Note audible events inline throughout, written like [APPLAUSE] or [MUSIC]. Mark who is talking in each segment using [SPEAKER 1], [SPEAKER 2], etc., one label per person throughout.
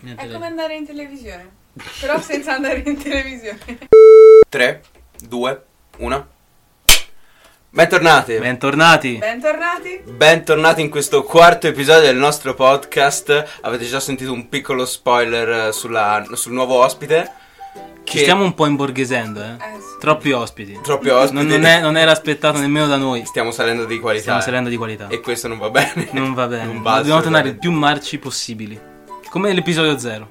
[SPEAKER 1] Nella
[SPEAKER 2] È
[SPEAKER 1] tele-
[SPEAKER 2] come andare in televisione. Però senza andare in televisione. [LAUGHS]
[SPEAKER 3] 3, 2, 1. Bentornati.
[SPEAKER 1] Bentornati.
[SPEAKER 2] Bentornati.
[SPEAKER 3] Bentornati in questo quarto episodio del nostro podcast. Avete già sentito un piccolo spoiler eh, sulla- sul nuovo ospite.
[SPEAKER 1] Ci stiamo un po' imborghesendo, eh.
[SPEAKER 2] Eh, sì.
[SPEAKER 1] Troppi ospiti.
[SPEAKER 3] Troppi ospiti.
[SPEAKER 1] Non, non è- non era aspettato nemmeno da noi.
[SPEAKER 3] Stiamo salendo di qualità.
[SPEAKER 1] Stiamo salendo di qualità.
[SPEAKER 3] E questo non va bene.
[SPEAKER 1] Non va bene.
[SPEAKER 3] Non va
[SPEAKER 1] Dobbiamo tornare il
[SPEAKER 3] assolutamente.
[SPEAKER 1] più marci possibili. Come l'episodio 0.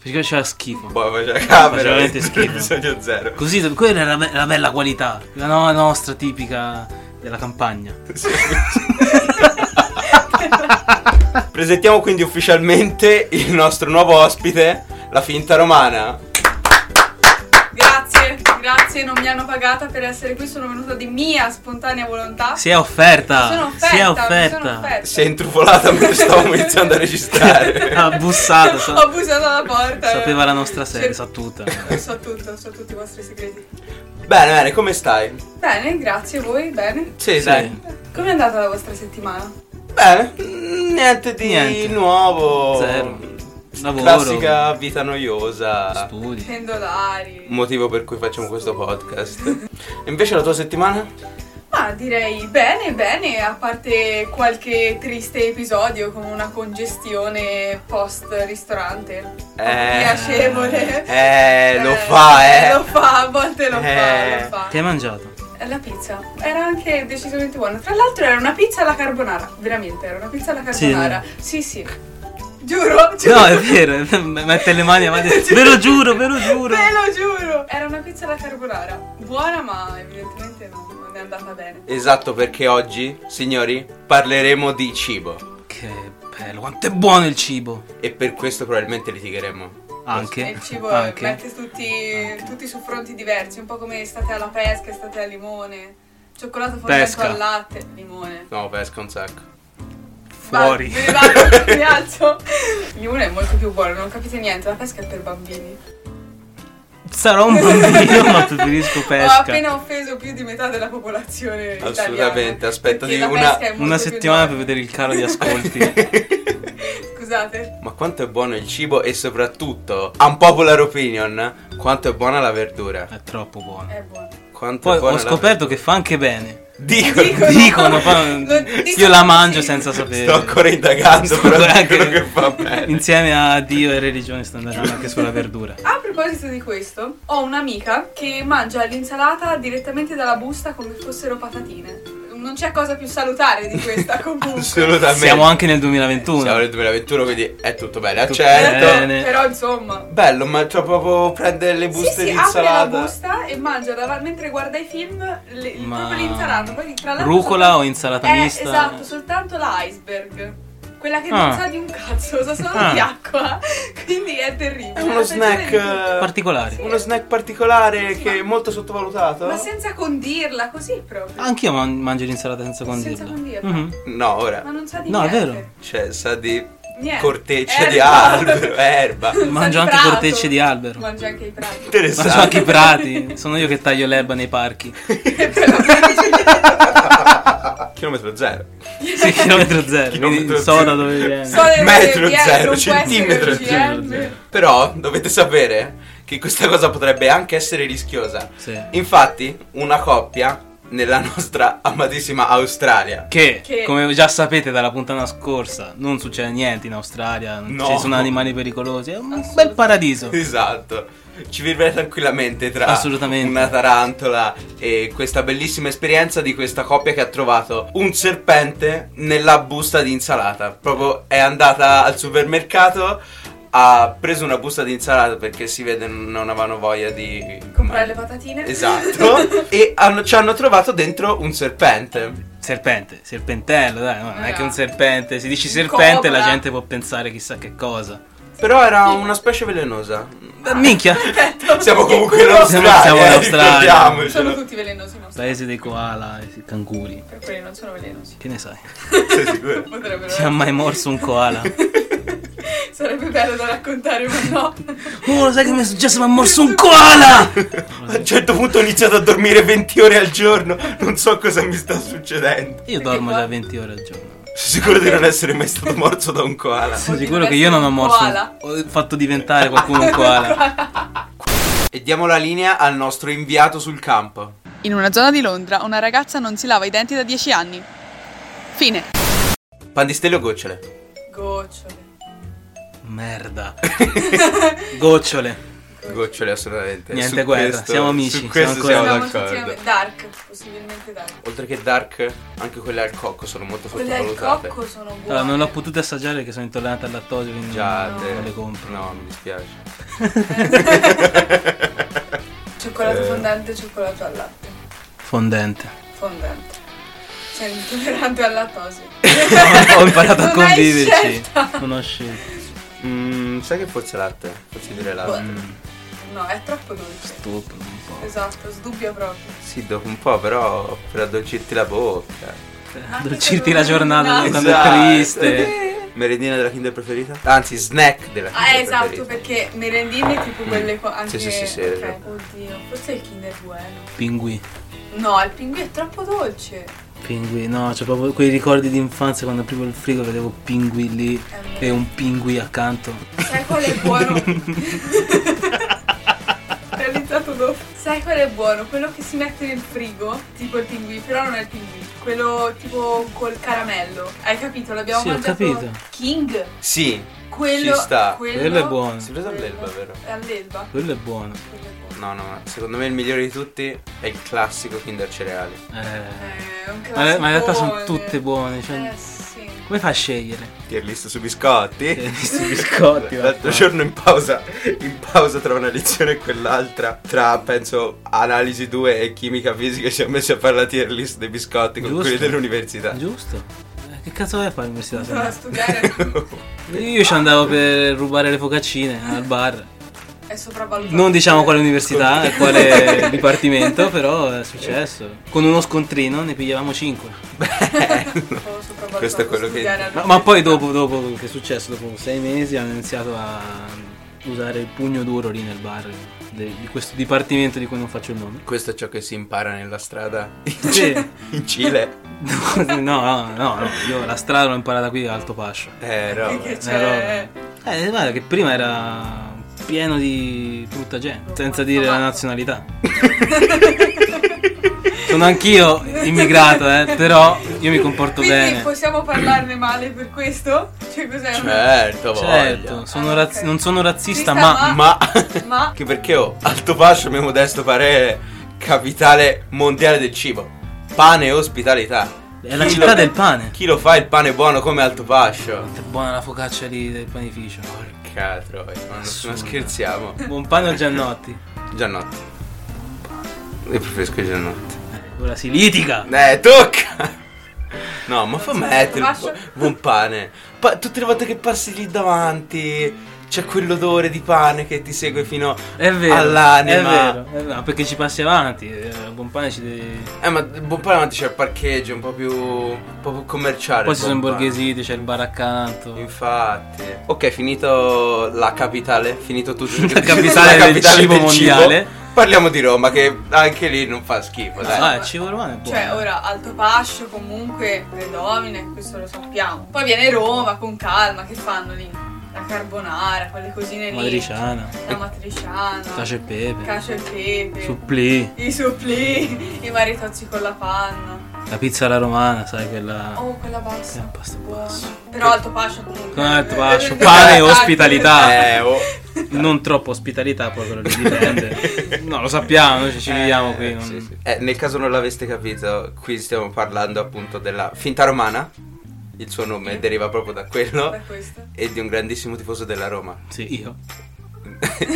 [SPEAKER 1] Perché c'era schifo.
[SPEAKER 3] Boh, faceva capra.
[SPEAKER 1] Faceva veramente schifo.
[SPEAKER 3] Episodio zero.
[SPEAKER 1] Così, quella era la, be- la bella qualità. La no- nostra tipica della campagna.
[SPEAKER 3] Presentiamo quindi ufficialmente il nostro nuovo ospite, la finta romana.
[SPEAKER 2] Grazie, grazie, non mi hanno pagata per essere qui, sono venuta di mia spontanea volontà.
[SPEAKER 1] Si è offerta.
[SPEAKER 2] Sono offerta,
[SPEAKER 1] si è
[SPEAKER 2] mi sono
[SPEAKER 1] Ah, offerta.
[SPEAKER 2] offerta.
[SPEAKER 3] Si è [LAUGHS] intrufolata mentre stavo iniziando a registrare.
[SPEAKER 1] Ha
[SPEAKER 2] [LAUGHS]
[SPEAKER 1] bussato. sa-
[SPEAKER 2] Ho bussato alla porta.
[SPEAKER 1] Sapeva la nostra serie,
[SPEAKER 2] Sì.
[SPEAKER 1] sa tutta.
[SPEAKER 2] So tutto, so tutti i vostri segreti.
[SPEAKER 3] Bene, bene, come stai?
[SPEAKER 2] Bene, grazie a voi, bene.
[SPEAKER 3] Sì, dai.
[SPEAKER 2] Come è andata la vostra settimana?
[SPEAKER 3] Bene, mm, niente di
[SPEAKER 1] Niente.
[SPEAKER 3] nuovo.
[SPEAKER 1] Zero. Lavoro.
[SPEAKER 3] Classica vita noiosa.
[SPEAKER 1] Studi.
[SPEAKER 2] Pendolari.
[SPEAKER 3] Motivo per cui facciamo questo podcast. [LAUGHS] E invece la tua settimana?
[SPEAKER 2] Ma direi bene, bene, a parte qualche triste episodio come una congestione post ristorante.
[SPEAKER 3] Eh.
[SPEAKER 2] Oh, piacevole.
[SPEAKER 3] Eh, lo fa, eh.
[SPEAKER 2] Lo fa, a volte lo
[SPEAKER 3] Eh.
[SPEAKER 2] fa, lo
[SPEAKER 1] Che hai
[SPEAKER 2] fa.
[SPEAKER 1] mangiato?
[SPEAKER 2] La pizza era anche decisamente buona. Tra l'altro era una pizza alla carbonara, veramente, era una pizza alla
[SPEAKER 1] Sì.
[SPEAKER 2] carbonara. Sì, sì. Giuro, giuro.
[SPEAKER 1] No, è vero, [LAUGHS] mette le mani
[SPEAKER 2] [LAUGHS]
[SPEAKER 1] avanti. Ve lo giuro, ve lo giuro.
[SPEAKER 2] Ve lo giuro. Era una pizza alla carbonara, buona ma evidentemente non non è andata bene.
[SPEAKER 3] Esatto, perché oggi, signori, parleremo di cibo.
[SPEAKER 1] Che bello, quanto è buono il cibo.
[SPEAKER 3] E per questo probabilmente litigheremo.
[SPEAKER 1] Anche.
[SPEAKER 2] E il cibo
[SPEAKER 1] anche.
[SPEAKER 2] mette tutti, tutti su fronti diversi, un po' come state alla pesca, state al limone, cioccolato formato
[SPEAKER 1] Pesca.
[SPEAKER 2] al latte, limone.
[SPEAKER 3] No, pesca un sacco.
[SPEAKER 1] Fuori.
[SPEAKER 2] Va, me ne vado, [LAUGHS] mi alzo. Il limone è molto più buono, non capite niente, la pesca è per bambini.
[SPEAKER 1] Sarò un bambino,
[SPEAKER 2] [LAUGHS]
[SPEAKER 1] ma preferisco
[SPEAKER 2] Ho
[SPEAKER 1] pesca.
[SPEAKER 2] appena offeso più di metà della popolazione italiana.
[SPEAKER 3] Assolutamente, aspetta
[SPEAKER 2] perché
[SPEAKER 3] di
[SPEAKER 2] la
[SPEAKER 3] una-
[SPEAKER 2] pesca è molto
[SPEAKER 1] Una
[SPEAKER 2] più
[SPEAKER 1] settimana per
[SPEAKER 2] buona.
[SPEAKER 1] vedere il calo di
[SPEAKER 2] [LAUGHS]
[SPEAKER 1] ascolti.
[SPEAKER 2] Scusate.
[SPEAKER 3] Ma quanto è buono il cibo e soprattutto, unpopular opinion, quanto è buona la verdura.
[SPEAKER 1] È troppo buono.
[SPEAKER 2] È buono.
[SPEAKER 3] Quanto
[SPEAKER 1] Poi
[SPEAKER 3] è buona
[SPEAKER 1] ho
[SPEAKER 3] [LAUGHS]
[SPEAKER 1] scoperto che fa anche bene.
[SPEAKER 3] La... Dicono,
[SPEAKER 2] Dicono.
[SPEAKER 1] [LAUGHS] Dicono, poi
[SPEAKER 2] Lo dicono
[SPEAKER 1] io la
[SPEAKER 2] tutti.
[SPEAKER 1] mangio senza
[SPEAKER 3] sto
[SPEAKER 1] sapere.
[SPEAKER 3] ancora indagando,
[SPEAKER 1] Sto
[SPEAKER 3] però
[SPEAKER 1] ancora
[SPEAKER 3] dicono
[SPEAKER 1] anche-
[SPEAKER 3] che fa bene.
[SPEAKER 1] Insieme a Dio e religione sto andando anche sulla verdura.
[SPEAKER 2] A proposito di questo, ho un'amica che mangia l'insalata direttamente dalla busta come fossero patatine. Non c'è cosa più salutare
[SPEAKER 1] [LAUGHS]
[SPEAKER 2] di questa comunque.
[SPEAKER 3] [LAUGHS]
[SPEAKER 1] eh,
[SPEAKER 3] Assolutamente.
[SPEAKER 1] Siamo anche nel 2021.
[SPEAKER 3] Siamo nel 2021, quindi è tutto bene,
[SPEAKER 1] Tutto
[SPEAKER 3] accetto.
[SPEAKER 1] bene.
[SPEAKER 2] Certo, Però insomma.
[SPEAKER 3] Bello, ma cioè proprio prendere le buste
[SPEAKER 2] sì,
[SPEAKER 3] di
[SPEAKER 2] sì, apre la
[SPEAKER 3] insalata.
[SPEAKER 2] busta e mangia dalla- mentre guarda i film le, il-
[SPEAKER 1] Ma-
[SPEAKER 2] proprio l'insalata. Poi, tra l'altro,
[SPEAKER 1] Rucola
[SPEAKER 2] soltanto-
[SPEAKER 1] o insalata
[SPEAKER 2] eh,
[SPEAKER 1] mista?
[SPEAKER 2] Esatto, soltanto l'iceberg. Quella che
[SPEAKER 1] Ah.
[SPEAKER 2] non sa di un cazzo, sa solo
[SPEAKER 1] Ah.
[SPEAKER 2] di acqua. [LAUGHS] Quindi è terribile.
[SPEAKER 3] È uno
[SPEAKER 2] la peggiore
[SPEAKER 3] snack
[SPEAKER 2] di tutte.
[SPEAKER 3] eh,
[SPEAKER 1] Particolari.
[SPEAKER 3] Uno snack particolare
[SPEAKER 2] Sì,
[SPEAKER 3] che
[SPEAKER 2] ma-
[SPEAKER 3] è molto sottovalutato.
[SPEAKER 2] Ma senza condirla, così proprio.
[SPEAKER 1] Anch'io man- mangio l'insalata senza condirla.
[SPEAKER 2] Senza condirla.
[SPEAKER 1] Mhm.
[SPEAKER 3] No, ora.
[SPEAKER 2] Ma non sa di
[SPEAKER 1] No, è
[SPEAKER 2] niente.
[SPEAKER 1] vero.
[SPEAKER 3] Cioè, sa di
[SPEAKER 2] Niente. Eh,
[SPEAKER 3] corteccia di
[SPEAKER 2] Erba. [LAUGHS]
[SPEAKER 3] albero, erba.
[SPEAKER 2] Non sa
[SPEAKER 1] Mangio
[SPEAKER 2] di
[SPEAKER 1] anche
[SPEAKER 2] prato.
[SPEAKER 1] cortecce di albero.
[SPEAKER 2] Mangio anche i prati.
[SPEAKER 1] Ma
[SPEAKER 3] Interessante.
[SPEAKER 1] so anche i prati. Sono io che taglio l'erba nei parchi.
[SPEAKER 3] Ah, Chilometro zero.
[SPEAKER 1] Sì, chilometro zero.
[SPEAKER 3] Chilometro
[SPEAKER 1] Quindi so da
[SPEAKER 3] zero.
[SPEAKER 1] dove viene.
[SPEAKER 2] So- Sole
[SPEAKER 3] Metro
[SPEAKER 2] OGM, non può
[SPEAKER 3] zero,
[SPEAKER 2] essere
[SPEAKER 3] centimetro
[SPEAKER 2] OGM.
[SPEAKER 3] zero. Però dovete sapere che questa cosa potrebbe anche essere rischiosa.
[SPEAKER 1] Sì.
[SPEAKER 3] Infatti, una coppia nella nostra amatissima Australia.
[SPEAKER 1] Che,
[SPEAKER 2] Che-
[SPEAKER 1] come già sapete dalla puntata scorsa, non succede niente in Australia. non
[SPEAKER 3] No.
[SPEAKER 1] Ci sono animali pericolosi. È un bel
[SPEAKER 2] Assolutamente.
[SPEAKER 1] paradiso.
[SPEAKER 3] Esatto. Ci vivrei tranquillamente tra
[SPEAKER 1] Assolutamente.
[SPEAKER 3] una tarantola e questa bellissima esperienza di questa coppia che ha trovato un serpente nella busta di insalata. Proprio è andata al supermercato, ha preso una busta di insalata perché si vede non avevano voglia di
[SPEAKER 2] Comprare le patatine. [LAUGHS]
[SPEAKER 3] Esatto. e hanno- ci hanno trovato dentro un serpente.
[SPEAKER 1] Serpente, serpentello, dai. no, Non è
[SPEAKER 2] Eh.
[SPEAKER 1] che un serpente. Se dici
[SPEAKER 2] Un
[SPEAKER 1] serpente, la
[SPEAKER 2] cobra.
[SPEAKER 1] gente può pensare chissà che cosa.
[SPEAKER 3] Però era una specie velenosa.
[SPEAKER 1] Beh, Minchia,
[SPEAKER 3] Siamo comunque in Australia.
[SPEAKER 1] Siamo in
[SPEAKER 3] eh,
[SPEAKER 1] Australia.
[SPEAKER 3] ricordiamocelo.
[SPEAKER 2] sono tutti velenosi, no?
[SPEAKER 1] paese dei koala, i canguri.
[SPEAKER 2] Per quelli non sono velenosi.
[SPEAKER 1] Che ne
[SPEAKER 2] [LAUGHS]
[SPEAKER 1] sai?
[SPEAKER 3] Sei sicuro?
[SPEAKER 2] Potrebbero
[SPEAKER 1] Ti ha mai morso un koala?
[SPEAKER 2] [LAUGHS] Sarebbe bello da raccontare, ma no.
[SPEAKER 1] [LAUGHS] Oh, lo sai che mi è successo? Mi ha morso un
[SPEAKER 2] [LAUGHS]
[SPEAKER 1] koala!
[SPEAKER 3] A un certo punto ho iniziato a dormire 20 ore al giorno, non so cosa mi sta succedendo.
[SPEAKER 1] Io dormo già 20 ore al giorno.
[SPEAKER 3] Sono sicuro di non essere mai stato morso da un koala.
[SPEAKER 1] Sono sicuro che io non ho morso.
[SPEAKER 2] Koala.
[SPEAKER 1] Ho fatto diventare qualcuno
[SPEAKER 2] [LAUGHS]
[SPEAKER 1] un koala.
[SPEAKER 3] E diamo la linea al nostro inviato sul campo.
[SPEAKER 2] In una zona di Londra una ragazza non si lava i denti da 10 anni. Fine.
[SPEAKER 3] Pandistelle o gocciole?
[SPEAKER 2] Gocciole.
[SPEAKER 1] Merda. Gocciole.
[SPEAKER 3] Gocciole, assolutamente.
[SPEAKER 1] Niente guerra, siamo amici,
[SPEAKER 3] Su
[SPEAKER 1] siamo
[SPEAKER 3] questo
[SPEAKER 1] ancora-
[SPEAKER 3] siamo,
[SPEAKER 2] Siamo
[SPEAKER 3] d'accordo.
[SPEAKER 2] effettivamente dark, possibilmente dark.
[SPEAKER 3] Oltre che dark, anche quelle al cocco sono molto
[SPEAKER 2] Quelle al
[SPEAKER 3] sottovalutate.
[SPEAKER 2] cocco sono buone.
[SPEAKER 1] Allora, Ah, non l'ho potuta assaggiare perché sono intollerante al lattosio, quindi
[SPEAKER 3] Già,
[SPEAKER 1] non,
[SPEAKER 3] te-
[SPEAKER 1] non le compro.
[SPEAKER 3] No, mi dispiace.
[SPEAKER 2] Cioccolato
[SPEAKER 3] Eh.
[SPEAKER 2] fondente, cioccolato al latte.
[SPEAKER 1] Fondente. [LAUGHS]
[SPEAKER 2] Fondente. Sei intollerante al lattosio.
[SPEAKER 1] ho imparato a
[SPEAKER 2] Non hai
[SPEAKER 1] conviverci.
[SPEAKER 2] scelta.
[SPEAKER 1] Non ho scelto.
[SPEAKER 3] Mm, sai che forse latte? Forse direi Mm. latte.
[SPEAKER 2] Buono. No, è troppo dolce.
[SPEAKER 1] Stupido un po'.
[SPEAKER 2] Esatto, sdubbia proprio.
[SPEAKER 3] Sì, dopo un po', però per addolcirti la bocca.
[SPEAKER 1] Addolcirti la giornata
[SPEAKER 2] Esatto.
[SPEAKER 1] Ah, quando è triste.
[SPEAKER 3] [LAUGHS] Merendina della Kinder preferita? Anzi, snack della Kinder
[SPEAKER 2] Ah, eh, esatto,
[SPEAKER 3] preferita.
[SPEAKER 2] perché merendine tipo quelle co- anche...
[SPEAKER 3] Mm. Sì, sì, sì, sì,
[SPEAKER 2] ok.
[SPEAKER 3] è vero.
[SPEAKER 2] Oddio, forse il Kinder Bueno.
[SPEAKER 1] Pinguì.
[SPEAKER 2] No, il pinguì è troppo dolce.
[SPEAKER 1] Pinguì, no, c'ho proprio quei ricordi di infanzia quando aprivo il frigo e vedevo pinguì lì
[SPEAKER 2] Eh.
[SPEAKER 1] e un pinguì accanto.
[SPEAKER 2] Sai qual è buono? [LAUGHS] Realizzato dopo. Sai qual è buono? Quello che si mette nel frigo, tipo il pinguì, però non è il pinguì. Quello tipo col caramello. Hai capito? L'abbiamo
[SPEAKER 1] Sì, ho
[SPEAKER 2] mangiato.
[SPEAKER 1] capito.
[SPEAKER 2] King.
[SPEAKER 3] Sì,
[SPEAKER 2] Quello.
[SPEAKER 3] Ci sta.
[SPEAKER 2] Quello,
[SPEAKER 1] Quello è buono.
[SPEAKER 3] si è preso
[SPEAKER 2] quello-
[SPEAKER 3] all'elba, vero?
[SPEAKER 2] È all'elba.
[SPEAKER 1] Quello è buono.
[SPEAKER 2] Quello è buono.
[SPEAKER 3] No, no, ma secondo me il migliore di tutti è il classico Kinder Cereali.
[SPEAKER 1] Eh.
[SPEAKER 2] Eh, un
[SPEAKER 1] Ma, ma in realtà sono
[SPEAKER 2] classicone.
[SPEAKER 1] tutte buone. Cioè,
[SPEAKER 2] Eh sì.
[SPEAKER 1] come fa a scegliere?
[SPEAKER 3] Tier list su biscotti.
[SPEAKER 1] Eh, Questi biscotti.
[SPEAKER 3] L'altro
[SPEAKER 1] vaffa-
[SPEAKER 3] giorno in pausa, in pausa tra una lezione e quell'altra, tra penso analisi 2 e chimica fisica, ci ha messo a fare la tier list dei biscotti con
[SPEAKER 1] Giusto.
[SPEAKER 3] quelli dell'università.
[SPEAKER 1] Giusto. Eh, Che cazzo vai a fare all'università? se
[SPEAKER 2] Sono a
[SPEAKER 1] no? [LAUGHS]
[SPEAKER 2] studiare.
[SPEAKER 1] Io ci andavo per rubare le focaccine al bar.
[SPEAKER 2] è sopravvalutato.
[SPEAKER 1] Non diciamo quale università e quale [LAUGHS] dipartimento, però è successo. Con uno scontrino ne pigliavamo 5.
[SPEAKER 2] Sono sopravvalutato
[SPEAKER 3] Questo è quello che-
[SPEAKER 2] studiare
[SPEAKER 1] Ma, ma poi
[SPEAKER 2] all'università.
[SPEAKER 1] dopo, dopo che è successo, dopo sei mesi, hanno iniziato a usare il pugno duro lì nel bar de- di questo dipartimento di cui non faccio il nome.
[SPEAKER 3] [LAUGHS] Questo è ciò che si impara nella strada
[SPEAKER 1] Sì.
[SPEAKER 3] in Cile.
[SPEAKER 1] [LAUGHS] No, no, no, no, io la strada l'ho imparata qui a Alto Pascio.
[SPEAKER 3] Eh, roba.
[SPEAKER 2] Che
[SPEAKER 1] Una
[SPEAKER 2] c'è?
[SPEAKER 1] roba- Eh, guarda che prima era pieno di brutta gente, senza dire la nazionalità. [LAUGHS] Sono anch'io immigrato, eh, però io mi comporto
[SPEAKER 2] Quindi
[SPEAKER 1] bene.
[SPEAKER 2] possiamo parlarne male per questo? Cioè cos'è?
[SPEAKER 3] Certo,
[SPEAKER 1] Certo,
[SPEAKER 3] voglia.
[SPEAKER 1] sono
[SPEAKER 2] Ah,
[SPEAKER 1] razz-
[SPEAKER 2] ok.
[SPEAKER 1] non sono razzista, ma...
[SPEAKER 2] Razzista,
[SPEAKER 3] Ma
[SPEAKER 1] [LAUGHS]
[SPEAKER 2] Ma
[SPEAKER 3] che perché ho Alto Fascio, mio modesto parere, capitale mondiale del cibo. Pane e ospitalità.
[SPEAKER 1] È la
[SPEAKER 3] Chi
[SPEAKER 1] città
[SPEAKER 3] lo-
[SPEAKER 1] del pane.
[SPEAKER 3] Chi lo fa il pane buono come Alto Fascio?
[SPEAKER 1] È buona la focaccia lì del panificio.
[SPEAKER 3] Porca troia, ma non, non
[SPEAKER 1] Assurdo.
[SPEAKER 3] scherziamo.
[SPEAKER 1] Buon pane o Giannotti?
[SPEAKER 3] Giannotti. Io preferisco il Giannotti.
[SPEAKER 1] Ora si litiga.
[SPEAKER 3] Eh, tocca! No, ma fa mettere un
[SPEAKER 2] Lascia-
[SPEAKER 3] po- buon pane. Pa- tutte le volte che passi lì davanti c'è quell'odore di pane che ti segue fino
[SPEAKER 1] È vero.
[SPEAKER 3] all'anima.
[SPEAKER 1] È vero. È vero, perché ci passi avanti. eh, Buon pane ci deve...
[SPEAKER 3] Eh, ma il buon pane davanti c'è il parcheggio, un po' più, un po' più commerciale.
[SPEAKER 1] Poi
[SPEAKER 3] il
[SPEAKER 1] ci sono i
[SPEAKER 3] buon pane.
[SPEAKER 1] borghesiti, c'è il bar accanto.
[SPEAKER 3] Infatti. Ok, finito la capitale, finito tutto.
[SPEAKER 1] [LAUGHS] La capitale del cibo mondiale.
[SPEAKER 3] Parliamo di Roma, che anche lì non fa schifo, dai.
[SPEAKER 1] Ah, il cibo romano è buono.
[SPEAKER 2] cioè ora Alto Pascio comunque predomina, questo lo sappiamo. Poi viene Roma con calma, che fanno lì? La carbonara, quelle cosine lì.
[SPEAKER 1] Matriciana.
[SPEAKER 2] La matriciana.
[SPEAKER 1] Cacio e pepe.
[SPEAKER 2] Cacio e pepe.
[SPEAKER 1] Supplì.
[SPEAKER 2] I supplì, i maritozzi con la panna.
[SPEAKER 1] La pizza alla romana, sai Ah. quella...
[SPEAKER 2] Oh, quella
[SPEAKER 1] Che
[SPEAKER 2] bassa.
[SPEAKER 1] impasto
[SPEAKER 2] Buona.
[SPEAKER 1] basso.
[SPEAKER 2] Però Alto Pascio comunque.
[SPEAKER 1] Con Alto Pascio,
[SPEAKER 2] [LAUGHS]
[SPEAKER 1] pane e ospitalità.
[SPEAKER 3] Eh, oh.
[SPEAKER 1] Non troppo ospitalità, poi quello lì dipende. no, lo sappiamo, noi ci ci viviamo qui. non-
[SPEAKER 3] Eh, Sì, sì. Eh, nel caso non l'aveste capito, qui stiamo parlando appunto della finta romana. Il suo nome deriva proprio da quello.
[SPEAKER 1] Eh.
[SPEAKER 2] Per questo.
[SPEAKER 3] E di un grandissimo tifoso della Roma. [LAUGHS]
[SPEAKER 1] Sì, io.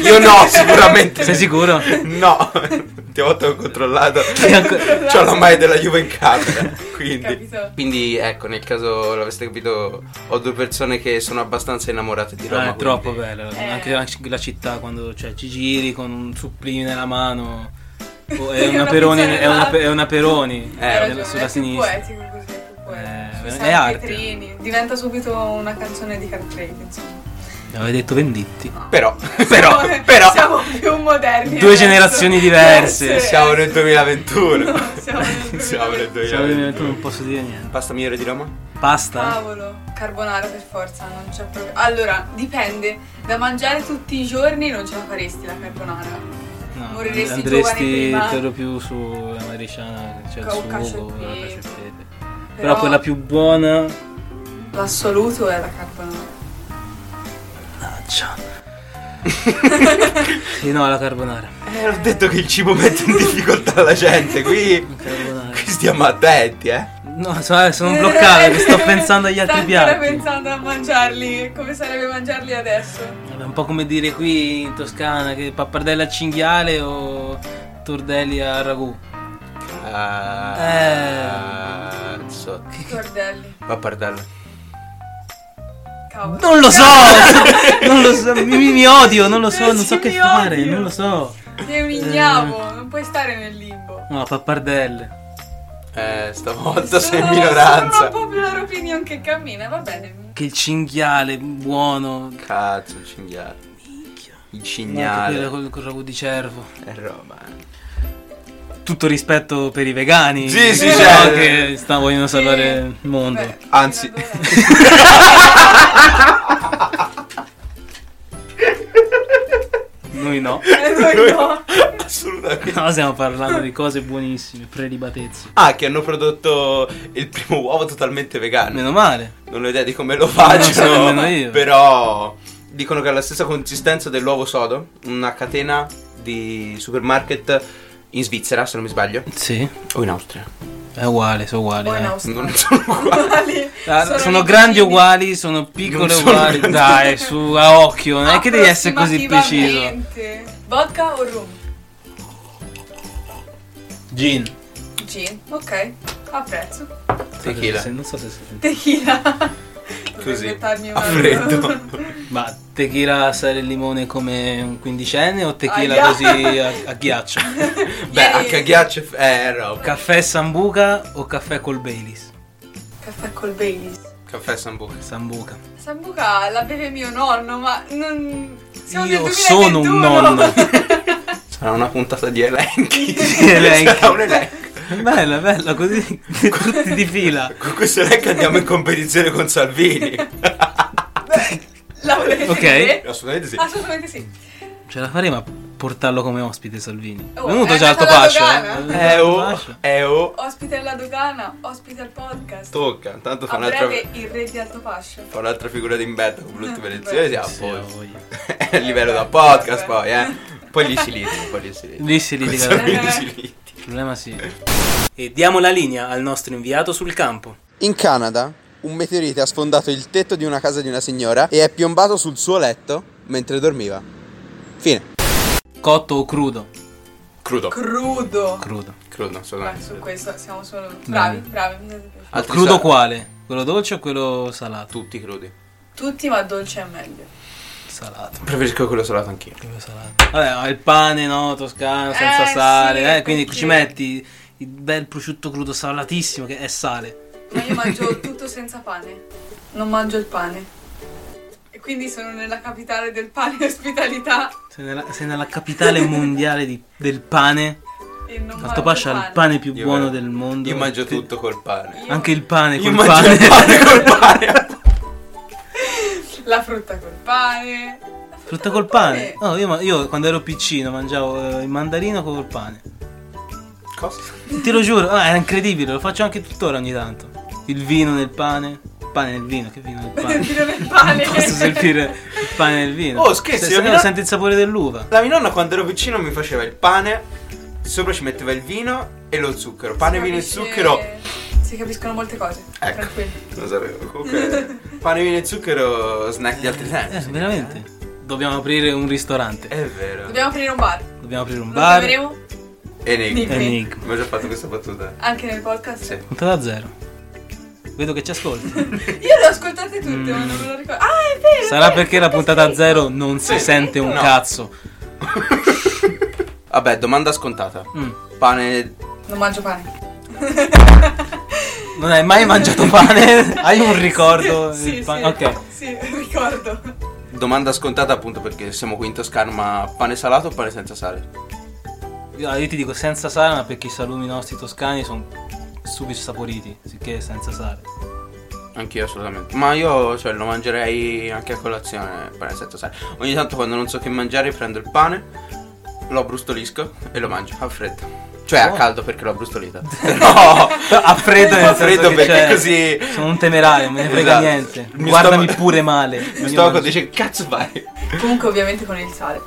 [SPEAKER 3] Io no, sicuramente.
[SPEAKER 1] Sei sicuro?
[SPEAKER 3] [LAUGHS] No, ti ho controllato.
[SPEAKER 1] ancora-
[SPEAKER 3] C'ho la maglia della Juve in [LAUGHS] camera. Quindi.
[SPEAKER 2] Capito?
[SPEAKER 3] Quindi ecco, nel caso l'aveste capito, ho due persone che sono abbastanza innamorate di Roma.
[SPEAKER 1] No, Eh, è troppo
[SPEAKER 3] quindi-
[SPEAKER 1] bello.
[SPEAKER 2] Eh.
[SPEAKER 1] Anche la, la città quando cioè, ci giri con un supplì nella mano. o
[SPEAKER 2] È
[SPEAKER 1] è una
[SPEAKER 2] una
[SPEAKER 1] Peroni,
[SPEAKER 2] pizza
[SPEAKER 1] è una,
[SPEAKER 2] nella-
[SPEAKER 1] è una Peroni
[SPEAKER 3] Eh,
[SPEAKER 2] Hai ragione,
[SPEAKER 1] sulla
[SPEAKER 2] è più
[SPEAKER 1] sinistra.
[SPEAKER 2] poetico così, è più
[SPEAKER 1] Eh,
[SPEAKER 2] poetico.
[SPEAKER 1] è
[SPEAKER 2] Ci sono i
[SPEAKER 1] arte.
[SPEAKER 2] vetrini, diventa subito una canzone di Cartrate,
[SPEAKER 1] [LAUGHS]
[SPEAKER 2] insomma.
[SPEAKER 1] Aveva detto venditti. [LAUGHS]
[SPEAKER 3] Però, [LAUGHS] però,
[SPEAKER 2] Siamo-
[SPEAKER 3] però. Eh,
[SPEAKER 2] siamo più moderni.
[SPEAKER 1] Due generazioni diverse.
[SPEAKER 3] Siamo nel 2021.
[SPEAKER 2] No, siamo nel
[SPEAKER 3] Siamo
[SPEAKER 1] Cioè,
[SPEAKER 3] nel 2021.
[SPEAKER 1] ovviamente Cioè, non posso dire niente.
[SPEAKER 3] Pasta migliore di Roma?
[SPEAKER 2] Ah,
[SPEAKER 1] Pasta?
[SPEAKER 2] Cavolo, carbonara per forza, non c'è proprio. Allora, dipende, da mangiare tutti i giorni non ce la faresti la carbonara.
[SPEAKER 1] No,
[SPEAKER 2] moriresti giovane
[SPEAKER 1] andresti
[SPEAKER 2] prima.
[SPEAKER 1] intero più sulla maresciana, cioè il
[SPEAKER 2] Con cacio
[SPEAKER 1] sugo,
[SPEAKER 2] e
[SPEAKER 1] la
[SPEAKER 2] pepe.
[SPEAKER 1] cacciopepe. Però,
[SPEAKER 2] Però-
[SPEAKER 1] quella più buona...
[SPEAKER 2] L'assoluto è la carbonara. [LAUGHS]
[SPEAKER 1] Mannaggia. sì, no, la carbonara.
[SPEAKER 3] Eh, ho detto che il cibo mette in difficoltà la gente, qui,
[SPEAKER 1] La carbonara.
[SPEAKER 3] qui stiamo attenti, eh.
[SPEAKER 1] No, so- sono bloccato, che
[SPEAKER 2] [LAUGHS]
[SPEAKER 1] sto pensando agli altri
[SPEAKER 2] Sta ancora
[SPEAKER 1] piatti.
[SPEAKER 2] Eh, pensando a mangiarli, come sarebbe mangiarli adesso.
[SPEAKER 1] Vabbè, un po' come dire qui in Toscana che pappardelle al cinghiale o tordelli al ragù. Eh.
[SPEAKER 3] Ah, so.
[SPEAKER 2] Tordelli,
[SPEAKER 3] Va a pardarlo.
[SPEAKER 2] cavolo.
[SPEAKER 1] Non
[SPEAKER 2] [LAUGHS]
[SPEAKER 1] lo so! non lo so, mi, mi- mi odio, non lo so, non so
[SPEAKER 2] Sì,
[SPEAKER 1] che
[SPEAKER 2] mi
[SPEAKER 1] fare,
[SPEAKER 2] odio.
[SPEAKER 1] non lo so.
[SPEAKER 2] Sei un ignavo, non puoi stare nel limbo.
[SPEAKER 1] No, pappardelle.
[SPEAKER 3] Eh, stavolta sei in
[SPEAKER 2] Sono- Sono
[SPEAKER 3] minoranza.
[SPEAKER 2] un po' più la loro opinion che cammina, va bene.
[SPEAKER 1] Che il cinghiale buono.
[SPEAKER 3] Cazzo, il cinghiale.
[SPEAKER 1] Minchia.
[SPEAKER 3] Il
[SPEAKER 1] Anche quello
[SPEAKER 3] cignale.
[SPEAKER 1] col, col ragù di cervo.
[SPEAKER 3] È roba. [LAUGHS] eh.
[SPEAKER 1] Tutto rispetto per i vegani.
[SPEAKER 3] Sì, sì,
[SPEAKER 1] so
[SPEAKER 3] certo.
[SPEAKER 1] che sta vogliono
[SPEAKER 2] Sì.
[SPEAKER 1] salvare il mondo.
[SPEAKER 2] Beh,
[SPEAKER 3] Anzi.
[SPEAKER 2] fino ad
[SPEAKER 3] [LAUGHS]
[SPEAKER 1] Noi no.
[SPEAKER 2] ora- Eh, no.
[SPEAKER 3] Assolutamente.
[SPEAKER 1] No, stiamo parlando di cose buonissime, prelibatezze.
[SPEAKER 3] Ah, che hanno prodotto il primo uovo totalmente vegano.
[SPEAKER 1] Meno male.
[SPEAKER 3] Non ho idea di come lo
[SPEAKER 1] Non lo so
[SPEAKER 3] facciano.
[SPEAKER 1] nemmeno io.
[SPEAKER 3] Però dicono che ha la stessa consistenza dell'uovo sodo. Una catena di supermarket in Svizzera, se non mi sbaglio.
[SPEAKER 1] Sì,
[SPEAKER 3] O in Austria.
[SPEAKER 1] è uguale, sono uguali.
[SPEAKER 2] Poi in
[SPEAKER 1] dai.
[SPEAKER 2] Austria.
[SPEAKER 3] Non sono
[SPEAKER 2] uguali.
[SPEAKER 1] Ah, sono, grandi uguali, sono piccole
[SPEAKER 3] Non sono
[SPEAKER 1] uguali.
[SPEAKER 3] grandi.
[SPEAKER 1] Dai, su a occhio, non è che devi essere così preciso.
[SPEAKER 2] Approssimativamente. Vodka o rum?
[SPEAKER 1] Gin.
[SPEAKER 2] Gin, ok, apprezzo.
[SPEAKER 3] Tequila.
[SPEAKER 1] non so se senti.
[SPEAKER 2] Tequila. Dovrei
[SPEAKER 3] Così,
[SPEAKER 2] inventarmi
[SPEAKER 3] a
[SPEAKER 2] una- [LAUGHS]
[SPEAKER 3] freddo.
[SPEAKER 1] Ma tequila sale e limone come un quindicenne o tequila
[SPEAKER 2] Aia.
[SPEAKER 1] così a, a
[SPEAKER 2] [LAUGHS]
[SPEAKER 1] ghiaccio?
[SPEAKER 3] Beh,
[SPEAKER 2] Ieri-
[SPEAKER 3] H ghiaccio è eh, roba.
[SPEAKER 1] caffè sambuca o caffè col Baileys?
[SPEAKER 2] Caffè col Baileys.
[SPEAKER 3] Caffè Sambuca.
[SPEAKER 1] Sambuca.
[SPEAKER 2] Sambuca la beve mio nonno, ma non... Siamo nel
[SPEAKER 1] Io sono un
[SPEAKER 2] 2021.
[SPEAKER 1] nonno.
[SPEAKER 3] Sarà una puntata di elenchi.
[SPEAKER 1] Di elenchi.
[SPEAKER 3] [LAUGHS] Sarà un elenco.
[SPEAKER 1] bella, bella, così [LAUGHS] tutti di fila.
[SPEAKER 3] Con questo elenco andiamo in competizione con Salvini.
[SPEAKER 2] [LAUGHS] La volete
[SPEAKER 1] Ok.
[SPEAKER 2] vedere?
[SPEAKER 3] Assolutamente sì.
[SPEAKER 2] Assolutamente sì.
[SPEAKER 1] Ce la faremo a portarlo come ospite Salvini.
[SPEAKER 2] Oh,
[SPEAKER 1] Venuto
[SPEAKER 2] è
[SPEAKER 1] già al
[SPEAKER 2] andato
[SPEAKER 1] Topascio.
[SPEAKER 2] alla
[SPEAKER 1] eh?
[SPEAKER 2] dogana.
[SPEAKER 1] È
[SPEAKER 3] Eh
[SPEAKER 1] venuto al
[SPEAKER 3] oh,
[SPEAKER 1] Topascio.
[SPEAKER 3] eh oh.
[SPEAKER 2] Ospite alla dogana, ospite al podcast.
[SPEAKER 3] Tocca, tanto fa
[SPEAKER 2] A
[SPEAKER 3] un'altra,
[SPEAKER 2] breve il re di Alto Pascio.
[SPEAKER 3] fa un'altra figura di imbetta con l'ultima elezione. Siamo
[SPEAKER 1] Sì,
[SPEAKER 3] Eh, oh.
[SPEAKER 1] oh.
[SPEAKER 3] poi.
[SPEAKER 1] ho voglia.
[SPEAKER 3] [LAUGHS] a livello da podcast poi, eh. Poi gli si litiga, poi gli si litiga.
[SPEAKER 1] Lì si
[SPEAKER 3] Con
[SPEAKER 1] litiga.
[SPEAKER 3] Salvini
[SPEAKER 2] Eh.
[SPEAKER 3] si litiga.
[SPEAKER 1] Il problema sì. E diamo la linea al nostro inviato sul campo.
[SPEAKER 4] In Canada, un meteorite ha sfondato il tetto di una casa di una signora e è piombato sul suo letto mentre dormiva. Fine.
[SPEAKER 1] Cotto o crudo?
[SPEAKER 3] Crudo.
[SPEAKER 2] Crudo.
[SPEAKER 1] Crudo.
[SPEAKER 3] Crudo,
[SPEAKER 2] Beh,
[SPEAKER 3] assolutamente.
[SPEAKER 2] su questo siamo solo bravi, bravi. mi siete piaciuti.
[SPEAKER 3] Altri
[SPEAKER 1] crudo
[SPEAKER 3] sal-
[SPEAKER 1] quale? Quello dolce o quello salato?
[SPEAKER 3] Tutti crudi.
[SPEAKER 2] Tutti ma dolce è meglio.
[SPEAKER 1] Salato.
[SPEAKER 3] Preferisco quello salato anch'io.
[SPEAKER 1] Quello salato. Vabbè, ma il pane no, toscano, senza
[SPEAKER 2] Eh, sì,
[SPEAKER 1] sale. eh, quindi
[SPEAKER 2] perché-
[SPEAKER 1] ci metti il bel prosciutto crudo salatissimo che è sale.
[SPEAKER 2] Ma
[SPEAKER 1] [LAUGHS]
[SPEAKER 2] io mangio tutto senza pane. Non mangio il pane. E quindi sono nella capitale del pane e ospitalità
[SPEAKER 1] Sei nella, sei nella
[SPEAKER 2] [LAUGHS]
[SPEAKER 1] capitale mondiale di- del pane.
[SPEAKER 2] e non mangio
[SPEAKER 1] Altopascia ha il pane più
[SPEAKER 3] Io
[SPEAKER 1] buono
[SPEAKER 3] ve-
[SPEAKER 1] del mondo.
[SPEAKER 3] Io mangio
[SPEAKER 1] Te-
[SPEAKER 3] tutto col pane.
[SPEAKER 2] Io-
[SPEAKER 1] Anche il pane
[SPEAKER 3] Io
[SPEAKER 1] col
[SPEAKER 3] mangio
[SPEAKER 1] pane.
[SPEAKER 3] il pane col
[SPEAKER 1] [LAUGHS]
[SPEAKER 3] pane.
[SPEAKER 2] La frutta col pane. La
[SPEAKER 1] Frutta col pane. No, io, ma- io quando ero piccino mangiavo eh, il mandarino col pane.
[SPEAKER 3] Cosa?
[SPEAKER 1] Te lo giuro, ah, era incredibile, lo faccio anche tuttora ogni tanto. Il vino nel pane. Il pane nel vino, che vino nel
[SPEAKER 2] [LAUGHS] Il
[SPEAKER 1] pane?
[SPEAKER 2] vino nel pane.
[SPEAKER 1] [LAUGHS] Non posso servire il pane nel vino.
[SPEAKER 3] Oh, scherzi,
[SPEAKER 1] Se, se
[SPEAKER 3] ogni
[SPEAKER 1] no
[SPEAKER 3] tanto-
[SPEAKER 1] senti il sapore dell'uva.
[SPEAKER 3] La mia nonna quando ero piccino mi faceva il pane, sopra ci metteva il vino e lo zucchero. Pane,
[SPEAKER 2] Si
[SPEAKER 3] vino e
[SPEAKER 2] capisce-
[SPEAKER 3] zucchero.
[SPEAKER 2] Si capiscono molte cose.
[SPEAKER 3] Ecco.
[SPEAKER 2] Tranquilli.
[SPEAKER 3] Non sapevo. Comunque, pane, vino e zucchero, snack di altri
[SPEAKER 1] Eh,
[SPEAKER 3] tempi. sì.
[SPEAKER 1] veramente. Dobbiamo aprire un ristorante.
[SPEAKER 3] È vero.
[SPEAKER 2] Dobbiamo aprire un bar.
[SPEAKER 1] Dobbiamo aprire un
[SPEAKER 2] Lo
[SPEAKER 1] bar.
[SPEAKER 2] chiameremo
[SPEAKER 3] Enigma.
[SPEAKER 2] Enigma.
[SPEAKER 1] Enigma.
[SPEAKER 3] Mi ho già fatto questa battuta.
[SPEAKER 2] anche nel podcast.
[SPEAKER 3] Sì.
[SPEAKER 1] Punta da zero. Vedo che ci ascolti.
[SPEAKER 2] Io le ho ascoltate tutte, ma non me lo ricordo. Ah, è vero!
[SPEAKER 1] Sarà
[SPEAKER 2] è vero,
[SPEAKER 1] perché la
[SPEAKER 2] è
[SPEAKER 1] puntata
[SPEAKER 2] scritto.
[SPEAKER 1] zero non si
[SPEAKER 3] Sì.
[SPEAKER 1] sente un
[SPEAKER 3] No.
[SPEAKER 1] cazzo.
[SPEAKER 3] Vabbè, domanda scontata.
[SPEAKER 1] Mm.
[SPEAKER 3] Pane.
[SPEAKER 2] Non
[SPEAKER 1] [LAUGHS]
[SPEAKER 2] mangio pane.
[SPEAKER 1] Non hai mai mangiato
[SPEAKER 2] [LAUGHS]
[SPEAKER 1] pane? hai un ricordo?
[SPEAKER 2] Sì,
[SPEAKER 1] del
[SPEAKER 2] sì,
[SPEAKER 1] pane?
[SPEAKER 2] sì.
[SPEAKER 1] Ok.
[SPEAKER 2] Sì, ricordo.
[SPEAKER 3] Domanda scontata appunto perché siamo qui in Toscana, ma pane salato o pane senza sale?
[SPEAKER 1] Allora, io ti dico senza sale, ma perché i salumi nostri toscani sono subito saporiti, sicché senza sale.
[SPEAKER 3] Ah, Anch'io assolutamente. Ma io cioè, lo mangerei anche a colazione, pane senza sale. Ogni tanto quando non so che mangiare prendo il pane, lo brustolisco e lo mangio a freddo. Cioè a
[SPEAKER 1] Oh.
[SPEAKER 3] caldo perché
[SPEAKER 1] [LAUGHS]
[SPEAKER 3] l'ho brustolito. no,
[SPEAKER 1] A freddo, nel
[SPEAKER 3] [LAUGHS] a
[SPEAKER 1] senso
[SPEAKER 3] freddo
[SPEAKER 1] che,
[SPEAKER 3] perché
[SPEAKER 1] cioè,
[SPEAKER 3] così...
[SPEAKER 1] Sono un temerario, non me ne frega
[SPEAKER 3] Esatto.
[SPEAKER 1] niente.
[SPEAKER 3] Mi
[SPEAKER 1] Guardami
[SPEAKER 3] sto-
[SPEAKER 1] pure male.
[SPEAKER 3] Lo
[SPEAKER 1] Io
[SPEAKER 3] stomaco
[SPEAKER 1] mangio-
[SPEAKER 3] dice cazzo vai.
[SPEAKER 2] Comunque ovviamente con il sale.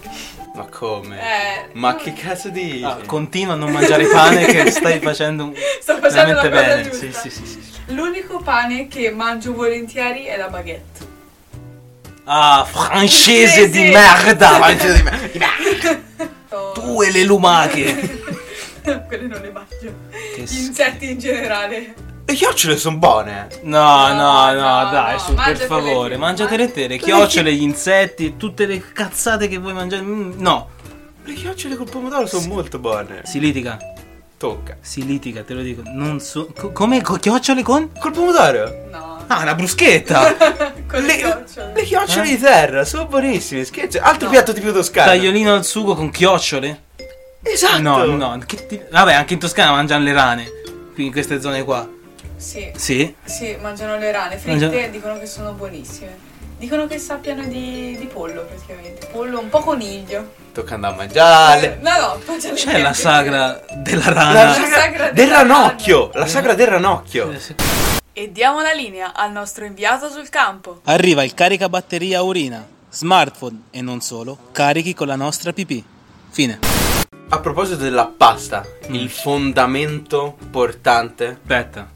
[SPEAKER 3] Ma come?
[SPEAKER 2] Eh,
[SPEAKER 3] Ma che cazzo dici?
[SPEAKER 1] Ah, continua a non mangiare pane che stai facendo un-
[SPEAKER 2] Sto facendo
[SPEAKER 1] veramente
[SPEAKER 2] la cosa
[SPEAKER 1] bene.
[SPEAKER 2] giusta.
[SPEAKER 1] Sì, sì, sì, sì.
[SPEAKER 2] L'unico pane che mangio volentieri è la baguette.
[SPEAKER 1] Ah, francese
[SPEAKER 2] Sì,
[SPEAKER 1] di
[SPEAKER 2] sì.
[SPEAKER 1] merda!
[SPEAKER 2] [LAUGHS]
[SPEAKER 3] Mangio di me.
[SPEAKER 2] Oh,
[SPEAKER 1] Tu e le lumache!
[SPEAKER 2] [LAUGHS] Quelle non le mangio.
[SPEAKER 1] Che
[SPEAKER 2] Gli insetti in generale.
[SPEAKER 3] Chiocciole sono buone.
[SPEAKER 1] No, no, no,
[SPEAKER 2] No, no,
[SPEAKER 1] dai,
[SPEAKER 2] no,
[SPEAKER 1] su, per
[SPEAKER 2] mangiatele
[SPEAKER 1] favore,
[SPEAKER 2] lì,
[SPEAKER 1] mangiatele te, le
[SPEAKER 2] [LAUGHS] mangiatele.
[SPEAKER 1] chiocciole, gli insetti, tutte le cazzate che vuoi mangiare. Mm, No,
[SPEAKER 3] Le chiocciole col pomodoro sono molto buone.
[SPEAKER 1] si litiga,
[SPEAKER 3] Tocca.
[SPEAKER 1] si litiga, te lo dico. Non so. co- come co- chiocciole con?
[SPEAKER 3] Col pomodoro?
[SPEAKER 2] No.
[SPEAKER 3] Ah,
[SPEAKER 1] [LAUGHS]
[SPEAKER 3] una bruschetta.
[SPEAKER 2] Con le chiocciole.
[SPEAKER 3] le chiocciole
[SPEAKER 1] Eh?
[SPEAKER 3] di terra sono buonissime. Scherzo. Altro
[SPEAKER 2] No.
[SPEAKER 3] piatto tipico toscano.
[SPEAKER 1] Tagliolino al sugo con chiocciole?
[SPEAKER 3] Esatto.
[SPEAKER 1] No, no, che ti- vabbè, anche in Toscana mangiano le rane. Qui in queste zone qua.
[SPEAKER 2] Sì.
[SPEAKER 1] Sì.
[SPEAKER 2] Sì, mangiano le rane fritte
[SPEAKER 1] Mangiano-
[SPEAKER 2] e dicono che sono buonissime. Dicono che sappiano di, di pollo praticamente. Pollo un po' coniglio.
[SPEAKER 3] Tocca andare a mangiare.
[SPEAKER 2] No, no, mangiano
[SPEAKER 1] Ah, C'è
[SPEAKER 2] le-
[SPEAKER 1] la sagra della
[SPEAKER 3] La,
[SPEAKER 1] rana.
[SPEAKER 3] sagra,
[SPEAKER 2] sagra
[SPEAKER 3] del
[SPEAKER 2] della
[SPEAKER 3] ranocchio. La sagra del ranocchio.
[SPEAKER 2] E diamo la linea al nostro inviato sul campo.
[SPEAKER 1] Arriva il caricabatteria urina. Smartphone e non solo, carichi con la nostra pipì. Fine.
[SPEAKER 3] A proposito della pasta,
[SPEAKER 1] Mm.
[SPEAKER 3] il fondamento portante.
[SPEAKER 1] Aspetta.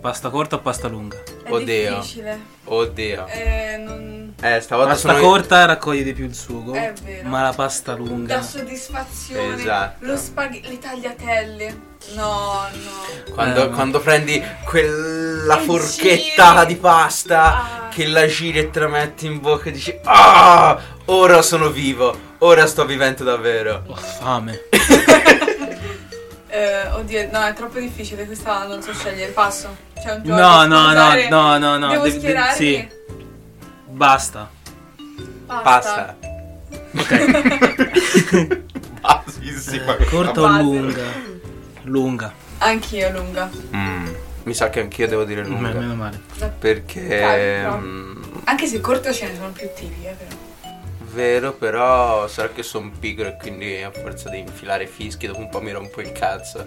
[SPEAKER 1] Pasta corta o pasta lunga?
[SPEAKER 2] È
[SPEAKER 3] Oddio.
[SPEAKER 2] difficile.
[SPEAKER 3] Oddio.
[SPEAKER 2] Eh, non...
[SPEAKER 3] Eh, stavolta
[SPEAKER 1] pasta
[SPEAKER 3] sono.
[SPEAKER 1] corta raccoglie di più il sugo,
[SPEAKER 2] È vero.
[SPEAKER 1] ma la pasta lunga.
[SPEAKER 2] Da soddisfazione.
[SPEAKER 3] Esatto.
[SPEAKER 2] Lo spaghetti, le tagliatelle. No, no.
[SPEAKER 3] Quando,
[SPEAKER 1] Eh.
[SPEAKER 3] quando prendi quella
[SPEAKER 2] Il
[SPEAKER 3] forchetta
[SPEAKER 2] giro.
[SPEAKER 3] di pasta
[SPEAKER 2] Ah.
[SPEAKER 3] che la giri e te la metti in bocca e dici Ah, ora sono vivo, ora sto vivendo davvero.
[SPEAKER 1] Ho fame.
[SPEAKER 2] Eh, oddio, no, è troppo difficile questa, non so scegliere. Passo. C'è un gioco.
[SPEAKER 1] No, no,
[SPEAKER 2] scusate.
[SPEAKER 1] no, no, no, no,
[SPEAKER 2] Devo
[SPEAKER 1] de- de-
[SPEAKER 2] schierarmi.
[SPEAKER 1] sì. Basta.
[SPEAKER 3] Pasta. Ok. Basissima.
[SPEAKER 1] Eh, corta o
[SPEAKER 2] Basta.
[SPEAKER 1] lunga? Lunga.
[SPEAKER 2] [LAUGHS] Anch'io lunga.
[SPEAKER 3] Mm, mi sa che anch'io devo dire
[SPEAKER 1] Ma
[SPEAKER 3] lunga.
[SPEAKER 1] meno male.
[SPEAKER 3] Perché...
[SPEAKER 2] Calma.
[SPEAKER 3] mm,
[SPEAKER 2] Anche se corta ce ne sono più tipi, eh, però.
[SPEAKER 3] Vero, però sarà che sono pigro e quindi a forza di infilare fischi dopo un po' mi rompo il cazzo.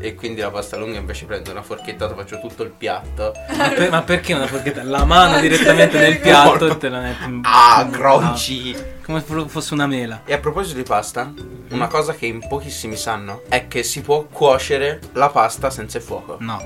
[SPEAKER 3] E quindi la pasta lunga invece prendo una forchettata, faccio tutto il piatto.
[SPEAKER 1] Ma, per- ma perché una forchetta? La mano direttamente
[SPEAKER 3] [LAUGHS]
[SPEAKER 1] nel piatto e te la metti in Ah,
[SPEAKER 3] Ah, gronci!
[SPEAKER 1] Come fo- fosse una mela.
[SPEAKER 3] E a proposito di pasta,
[SPEAKER 1] Mm.
[SPEAKER 3] una cosa che in pochissimi sanno è che si può cuocere la pasta senza il fuoco.
[SPEAKER 1] No.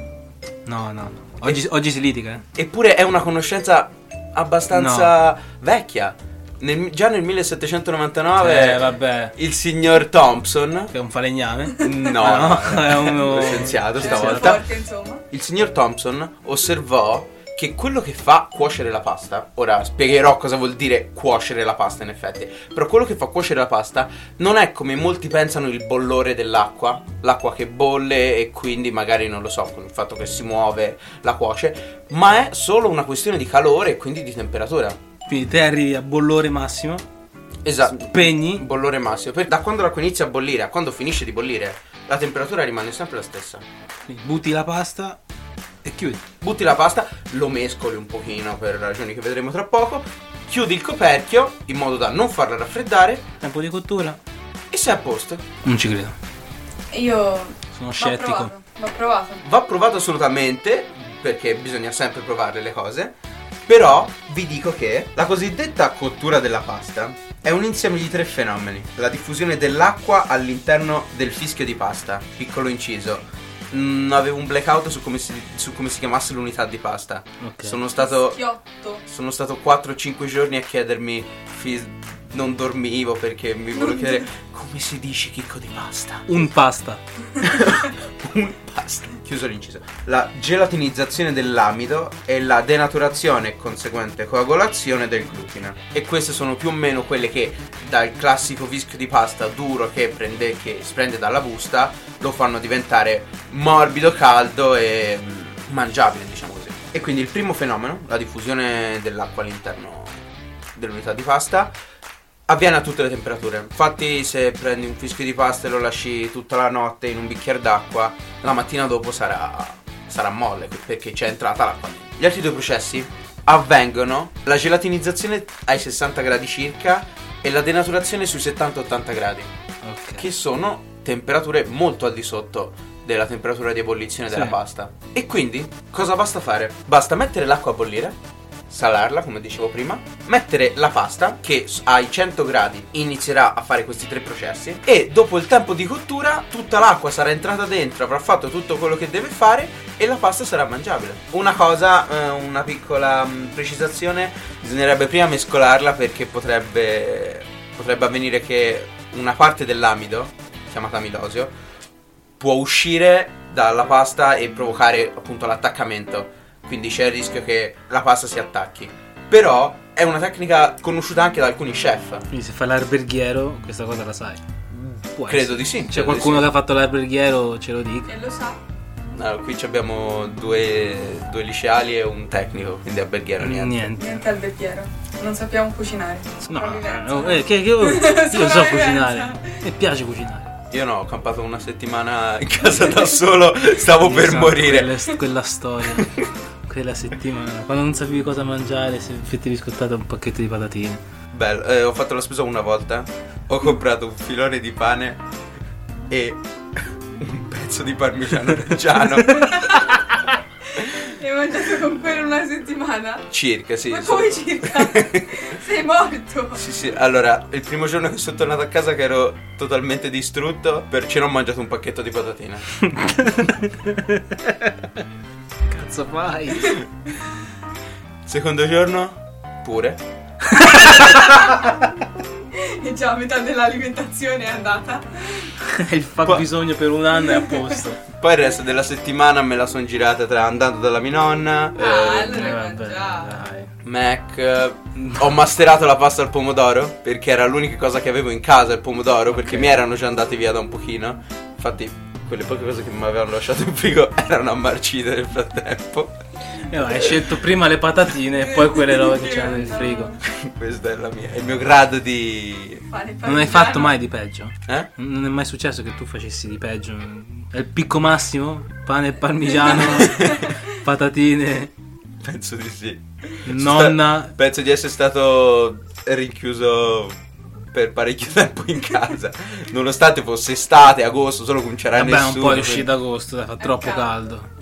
[SPEAKER 1] No, no. Oggi, oggi si litiga, eh?
[SPEAKER 3] Eppure è una conoscenza abbastanza vecchia. Nel- già nel 1799
[SPEAKER 1] Eh, vabbè.
[SPEAKER 3] il signor Thompson...
[SPEAKER 1] Che è un falegname?
[SPEAKER 3] [LAUGHS]
[SPEAKER 1] Ah,
[SPEAKER 3] No,
[SPEAKER 1] no,
[SPEAKER 3] no,
[SPEAKER 1] è uno-
[SPEAKER 3] lo scienziato
[SPEAKER 2] Cioè, sono
[SPEAKER 3] stavolta.
[SPEAKER 2] forte, insomma.
[SPEAKER 3] Il signor Thompson osservò che quello che fa cuocere la pasta, ora spiegherò cosa vuol dire cuocere la pasta in effetti, però quello che fa cuocere la pasta non è come molti pensano il bollore dell'acqua, l'acqua che bolle e quindi magari non lo so, con il fatto che si muove la cuoce, ma è solo una questione di calore e quindi di temperatura.
[SPEAKER 1] Quindi te arrivi a bollore massimo,
[SPEAKER 3] Esatto.
[SPEAKER 1] spegni,
[SPEAKER 3] Bollore massimo, Per- da quando l'acqua inizia a bollire a quando finisce di bollire, la temperatura rimane sempre la stessa.
[SPEAKER 1] butti la pasta e chiudi.
[SPEAKER 3] butti la pasta, lo mescoli un pochino per ragioni che vedremo tra poco, chiudi il coperchio in modo da non farla raffreddare
[SPEAKER 1] Tempo di cottura?
[SPEAKER 3] e sei a posto.
[SPEAKER 1] Non ci credo.
[SPEAKER 2] Io
[SPEAKER 1] Sono scettico.
[SPEAKER 2] L'ho provato.
[SPEAKER 3] Va provato assolutamente, perché bisogna sempre provare le cose, però vi dico che la cosiddetta cottura della pasta è un insieme di tre fenomeni. La diffusione dell'acqua all'interno del fischio di pasta, piccolo inciso. Mm, avevo un blackout su come si, su come si chiamasse l'unità di pasta.
[SPEAKER 1] Ok.
[SPEAKER 3] Sono stato...
[SPEAKER 2] Schiotto.
[SPEAKER 3] Sono stato 4-5 giorni a chiedermi fi- non dormivo perché mi volevo chiedere come si dice chicco di pasta.
[SPEAKER 1] Un pasta.
[SPEAKER 3] [LAUGHS] Un pasta. Chiuso l'inciso. La gelatinizzazione dell'amido e la denaturazione e conseguente coagulazione del glutine. E queste sono più o meno quelle che dal classico fischio di pasta duro che, prende, che si prende dalla busta lo fanno diventare morbido, caldo e mm, mangiabile, diciamo così. E quindi il primo fenomeno, la diffusione dell'acqua all'interno dell'unità di pasta, avviene a tutte le temperature. Infatti, se prendi un fischio di pasta e lo lasci tutta la notte in un bicchiere d'acqua, la mattina dopo sarà, sarà molle perché c'è entrata l'acqua dentro. Gli altri due processi avvengono la gelatinizzazione ai 60 gradi circa e la denaturazione sui 70-80 gradi,
[SPEAKER 1] Ok.
[SPEAKER 3] che sono temperature molto al di sotto della temperatura di ebollizione della
[SPEAKER 1] Sì.
[SPEAKER 3] pasta. E quindi cosa basta fare? Basta mettere l'acqua a bollire, salarla come dicevo prima, mettere la pasta che s- ai 100 gradi inizierà a fare questi tre processi e dopo il tempo di cottura tutta l'acqua sarà entrata dentro, avrà fatto tutto quello che deve fare e la pasta sarà mangiabile. Una cosa, eh, una piccola mh, precisazione, bisognerebbe prima mescolarla perché potrebbe, potrebbe avvenire che una parte dell'amido, chiamata amidosio, può uscire dalla pasta e provocare appunto l'attaccamento. Quindi c'è il rischio che la pasta si attacchi. Però è una tecnica conosciuta anche da alcuni chef.
[SPEAKER 1] Quindi se fai l'alberghiero, questa cosa la sai. Può
[SPEAKER 3] Credo
[SPEAKER 1] essere.
[SPEAKER 3] di sì.
[SPEAKER 1] C'è
[SPEAKER 3] credo di
[SPEAKER 1] qualcuno
[SPEAKER 3] sì.
[SPEAKER 1] che ha fatto l'alberghiero, ce lo dica.
[SPEAKER 2] E lo sa.
[SPEAKER 3] Allora, Eh, qui ci abbiamo due, due liceali e un tecnico, quindi alberghiero niente.
[SPEAKER 1] Niente.
[SPEAKER 2] Niente al becchiero. Non sappiamo cucinare.
[SPEAKER 1] No,
[SPEAKER 2] Sopravvivenza.
[SPEAKER 1] no, eh, che, che-
[SPEAKER 2] [LAUGHS]
[SPEAKER 1] oh, io so
[SPEAKER 2] Sopravvivenza.
[SPEAKER 1] cucinare. Mi piace cucinare.
[SPEAKER 3] Io no, ho campato una settimana in casa da solo, [LAUGHS] stavo
[SPEAKER 1] Io
[SPEAKER 3] per
[SPEAKER 1] so
[SPEAKER 2] Esatto,
[SPEAKER 3] morire.
[SPEAKER 1] Quella, quella storia.
[SPEAKER 3] [LAUGHS]
[SPEAKER 1] quella settimana. Quando non sapevi cosa mangiare, se ti riscottata un pacchetto di patatine.
[SPEAKER 3] Bello, eh, ho fatto la spesa una volta, ho comprato un filone di pane e [LAUGHS] un pezzo di parmigiano reggiano.
[SPEAKER 2] [LAUGHS] Hai mangiato con quello una settimana?
[SPEAKER 3] Circa, sì.
[SPEAKER 2] Ma
[SPEAKER 3] so-
[SPEAKER 2] come
[SPEAKER 3] [LAUGHS]
[SPEAKER 2] circa? Sei morto.
[SPEAKER 3] Sì, sì, allora, il primo giorno che sono tornato a casa che ero totalmente distrutto, per cena ho mangiato un pacchetto di patatine.
[SPEAKER 1] Cazzo [LAUGHS] fai?
[SPEAKER 3] Secondo giorno, pure.
[SPEAKER 2] E già metà dell'alimentazione è andata.
[SPEAKER 1] Il fabbisogno per un anno è a posto.
[SPEAKER 3] Poi il resto della settimana me la sono girata tra andando dalla mia nonna,
[SPEAKER 2] Ah, [LAUGHS]
[SPEAKER 3] eh,
[SPEAKER 1] Eh,
[SPEAKER 2] allora hai
[SPEAKER 1] vabbè,
[SPEAKER 2] mangiato.
[SPEAKER 1] dai.
[SPEAKER 3] Mac, eh, ho masterato la pasta al pomodoro perché era l'unica cosa che avevo in casa il pomodoro perché mi erano già andati via da un pochino. Infatti, quelle poche cose che mi avevano lasciato in frigo [LAUGHS] erano ammarcite nel frattempo. [LAUGHS]
[SPEAKER 1] Eh, vai, hai scelto prima le patatine e poi quelle robe che c'erano nel frigo.
[SPEAKER 3] Questo è la mia- il mio grado di.
[SPEAKER 2] Fare il
[SPEAKER 1] Non hai
[SPEAKER 2] parmigiano.
[SPEAKER 1] fatto mai di peggio?
[SPEAKER 3] Eh?
[SPEAKER 1] Non è mai successo che tu facessi di peggio. È il picco massimo? Pane e [LAUGHS] parmigiano, patatine,
[SPEAKER 3] Penso di sì.
[SPEAKER 1] nonna.
[SPEAKER 3] Penso di essere stato rinchiuso per parecchio tempo in casa. Nonostante fosse estate, agosto, solo che non c'era
[SPEAKER 1] Vabbè,
[SPEAKER 3] nessuno.
[SPEAKER 1] non puoi
[SPEAKER 3] quindi-
[SPEAKER 1] uscire d'agosto, dai, fa
[SPEAKER 2] Eh,
[SPEAKER 1] troppo caldo.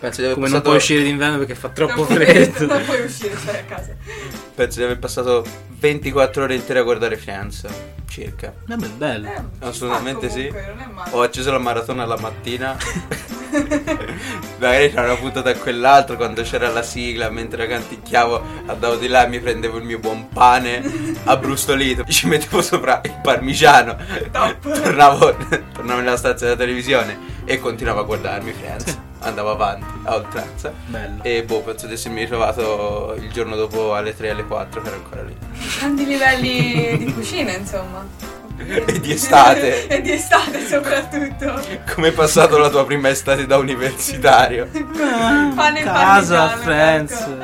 [SPEAKER 3] Penso di aver
[SPEAKER 1] Come non
[SPEAKER 3] passato-
[SPEAKER 1] puoi uscire d'inverno perché fa troppo
[SPEAKER 2] Non puoi-
[SPEAKER 1] freddo.
[SPEAKER 2] Non puoi uscire, stai a casa.
[SPEAKER 3] Penso di aver passato 24 ore intere a guardare Friends, circa.
[SPEAKER 1] [LAUGHS] Vabbè, è
[SPEAKER 2] Eh,
[SPEAKER 1] bello.
[SPEAKER 3] Assolutamente
[SPEAKER 2] ah, comunque,
[SPEAKER 3] sì.
[SPEAKER 2] Non è male.
[SPEAKER 3] Ho acceso la maratona la mattina. Magari c'era una puntata a quell'altro quando c'era la sigla, mentre la canticchiavo andavo di là e mi prendevo il mio buon pane abbrustolito, [LAUGHS] ci mettevo sopra il parmigiano,
[SPEAKER 2] Top.
[SPEAKER 3] tornavo, tornavo nella stanza della televisione e continuavo a guardarmi Friends. Andavo avanti a oltranza.
[SPEAKER 1] Bello.
[SPEAKER 3] E boh, penso di essermi ritrovato il giorno dopo alle 3 alle 4 che ero ancora lì. [LAUGHS]
[SPEAKER 2] Grandi livelli di cucina, insomma.
[SPEAKER 3] E di estate.
[SPEAKER 2] e di estate soprattutto.
[SPEAKER 3] Come è passato la tua prima estate da universitario? Ah,
[SPEAKER 2] Pane e
[SPEAKER 1] Casa,
[SPEAKER 2] parmigiano,
[SPEAKER 1] Friends.
[SPEAKER 2] ecco.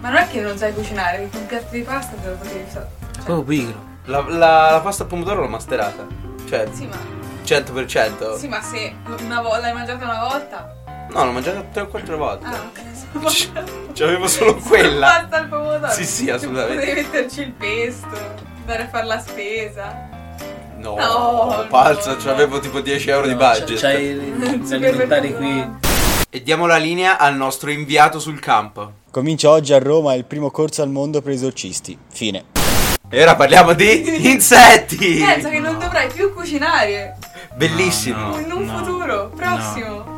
[SPEAKER 2] Ma non è che non sai cucinare, perché un piatto di pasta te lo potevi fare.
[SPEAKER 1] Proprio pigro.
[SPEAKER 3] La, la- la pasta al pomodoro l'ho masterata. Cioè,
[SPEAKER 2] Sì, ma,
[SPEAKER 3] 100%.
[SPEAKER 2] sì, ma se una vo- l'hai mangiata una volta.
[SPEAKER 3] No, l'ho mangiata 3 o 4 volte.
[SPEAKER 2] Ah, ok. [LAUGHS]
[SPEAKER 3] C- C'avevo solo quella.
[SPEAKER 2] Pasta al pomodoro.
[SPEAKER 3] Sì, sì, assolutamente.
[SPEAKER 2] Potevi metterci il pesto, andare a fare la spesa.
[SPEAKER 3] No,
[SPEAKER 2] No,
[SPEAKER 3] pazzo,
[SPEAKER 2] no.
[SPEAKER 3] c'avevo tipo 10 euro di
[SPEAKER 1] No,
[SPEAKER 3] budget.
[SPEAKER 1] C'hai gli alimentari qui.
[SPEAKER 3] E diamo la linea al nostro inviato sul campo.
[SPEAKER 5] Comincia oggi a Roma il primo corso al mondo per esorcisti. Fine.
[SPEAKER 3] E ora parliamo di insetti.
[SPEAKER 2] Pensa che non dovrai più cucinare
[SPEAKER 3] Bellissimo.
[SPEAKER 1] No, no.
[SPEAKER 2] in un futuro prossimo.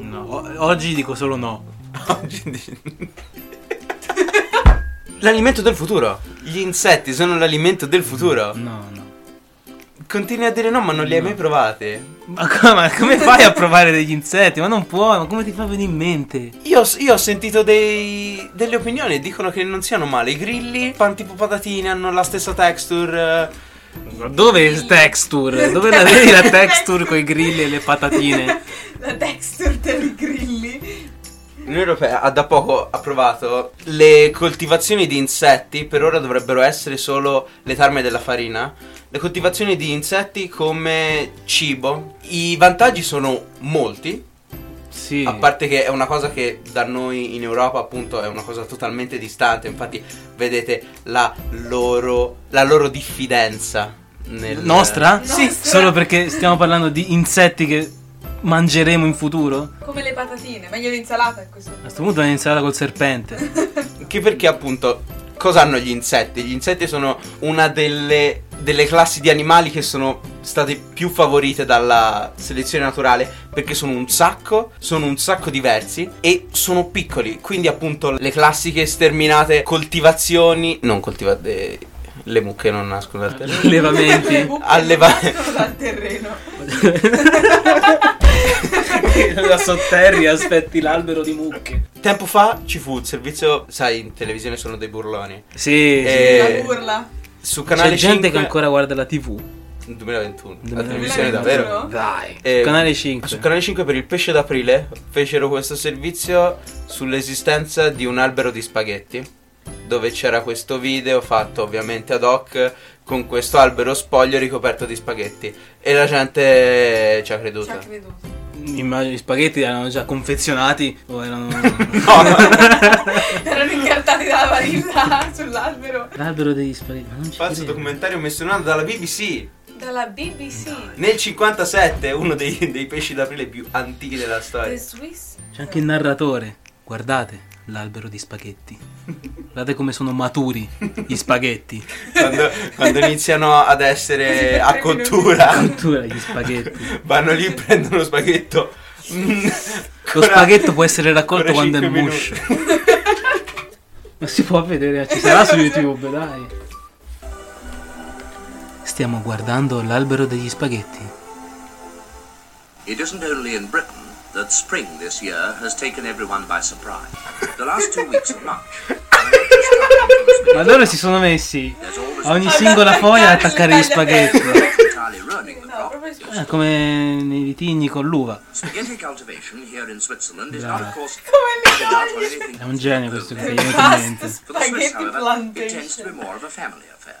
[SPEAKER 1] No, o- oggi dico solo no.
[SPEAKER 3] [LAUGHS] L'alimento del futuro. Gli insetti sono l'alimento del futuro.
[SPEAKER 1] No, no.
[SPEAKER 3] Continui a dire no, ma non li hai mai provati.
[SPEAKER 1] Ma come, ma come fai a provare degli insetti? Ma non puoi, ma come ti fa venire in mente?
[SPEAKER 3] Io, io ho sentito dei, delle opinioni, dicono che non siano male. I grilli fanno tipo patatine, hanno la stessa texture. eh.
[SPEAKER 1] Dove è texture? Eh,
[SPEAKER 2] [LAUGHS]
[SPEAKER 1] Dove la vedi la texture con i grilli e le patatine?
[SPEAKER 2] La texture dei grilli.
[SPEAKER 3] L'Unione Europea ha da poco approvato le coltivazioni di insetti, per ora dovrebbero essere solo le tarme della farina. Le coltivazioni di insetti come cibo. I vantaggi sono molti,
[SPEAKER 1] Sì.
[SPEAKER 3] A parte che è una cosa che da noi in Europa appunto è una cosa totalmente distante, infatti vedete la loro, la loro diffidenza nel...
[SPEAKER 1] Nostra?
[SPEAKER 2] Sì.
[SPEAKER 1] Solo perché stiamo parlando di insetti che mangeremo in futuro?
[SPEAKER 2] Come le patatine, meglio l'insalata a questo
[SPEAKER 1] A
[SPEAKER 2] punto.
[SPEAKER 1] questo punto è iniziata col serpente.
[SPEAKER 3] Che perché appunto cosa hanno gli insetti? Gli insetti sono una delle, delle classi di animali che sono state più favorite dalla selezione naturale perché sono un sacco, sono un sacco diversi e sono piccoli, quindi appunto le classiche sterminate coltivazioni, non coltivate le mucche non nascono dal
[SPEAKER 1] Ah.
[SPEAKER 3] terreno.
[SPEAKER 2] Le
[SPEAKER 1] Levamenti.
[SPEAKER 3] [LAUGHS]
[SPEAKER 2] buche
[SPEAKER 3] Alleva-
[SPEAKER 2] nascono
[SPEAKER 1] [LAUGHS]
[SPEAKER 2] dal terreno.
[SPEAKER 1] da sotterri aspetti l'albero di mucche.
[SPEAKER 3] Tempo fa ci fu il servizio, sai, in televisione sono dei burloni.
[SPEAKER 1] Sì,
[SPEAKER 3] Eh,
[SPEAKER 2] La burla.
[SPEAKER 3] Su
[SPEAKER 1] sì.
[SPEAKER 3] canale
[SPEAKER 1] C'è gente
[SPEAKER 3] 5
[SPEAKER 1] che ancora guarda la TV.
[SPEAKER 3] 2021,
[SPEAKER 1] 2021.
[SPEAKER 3] la televisione
[SPEAKER 2] 2021?
[SPEAKER 3] davvero.
[SPEAKER 1] Dai.
[SPEAKER 3] Eh,
[SPEAKER 1] Canale 5.
[SPEAKER 3] Su Canale 5 per il pesce d'aprile fecero questo servizio sull'esistenza di un albero di spaghetti, dove c'era questo video fatto ovviamente ad hoc con questo albero spoglio ricoperto di spaghetti e la gente ci ha
[SPEAKER 2] Ci ha
[SPEAKER 3] creduto.
[SPEAKER 2] creduto.
[SPEAKER 1] Immagino gli spaghetti erano già confezionati o
[SPEAKER 3] [LAUGHS]
[SPEAKER 1] erano...
[SPEAKER 2] [LAUGHS] Erano incartati dalla varilla [LAUGHS] sull'albero.
[SPEAKER 1] L'albero degli spaghetti. ma non ci
[SPEAKER 3] Falso
[SPEAKER 1] credo.
[SPEAKER 3] documentario menzionato dalla BBC.
[SPEAKER 2] Dalla BBC.
[SPEAKER 3] Nel 57, uno dei, dei pesci d'aprile più antichi della
[SPEAKER 2] The
[SPEAKER 3] storia.
[SPEAKER 2] Swiss.
[SPEAKER 1] C'è anche il narratore. Guardate l'albero di spaghetti. Guardate come sono maturi gli spaghetti.
[SPEAKER 3] Quando, quando iniziano ad essere a cottura,
[SPEAKER 1] Cultura gli spaghetti.
[SPEAKER 3] [LAUGHS] vanno lì, prendono lo [LAUGHS] spaghetto. Mm,
[SPEAKER 1] Lo
[SPEAKER 3] ancora-
[SPEAKER 1] spaghetto può essere raccolto
[SPEAKER 3] ancora
[SPEAKER 1] quando è
[SPEAKER 3] cinque minuti.
[SPEAKER 1] muscio. Ma si può vedere, ci sarà su YouTube, dai. Stiamo guardando l'albero degli spaghetti.
[SPEAKER 6] It isn't only in Britain that spring this year has taken everyone by surprise. The last two weeks of March.
[SPEAKER 1] Ma loro si sono messi
[SPEAKER 6] There's always
[SPEAKER 1] a ogni singola foglia ad attaccare gli [LAUGHS] spaghetti.
[SPEAKER 6] entirely ruining the
[SPEAKER 2] No,
[SPEAKER 6] crop.
[SPEAKER 1] [LAUGHS]
[SPEAKER 2] proprio sp-
[SPEAKER 1] Eh, come nei vitigni con l'uva.
[SPEAKER 6] Spaghetti cultivation here in Switzerland is not, of course,
[SPEAKER 2] Come li
[SPEAKER 6] out on
[SPEAKER 2] togli?
[SPEAKER 6] anything.
[SPEAKER 1] È un genio questo qui, non c'è
[SPEAKER 2] Basta
[SPEAKER 1] niente.
[SPEAKER 6] For the Swiss,
[SPEAKER 2] spaghetti
[SPEAKER 6] however, it
[SPEAKER 1] Cioè,
[SPEAKER 6] tends to be
[SPEAKER 2] plantation.
[SPEAKER 6] more of a family affair.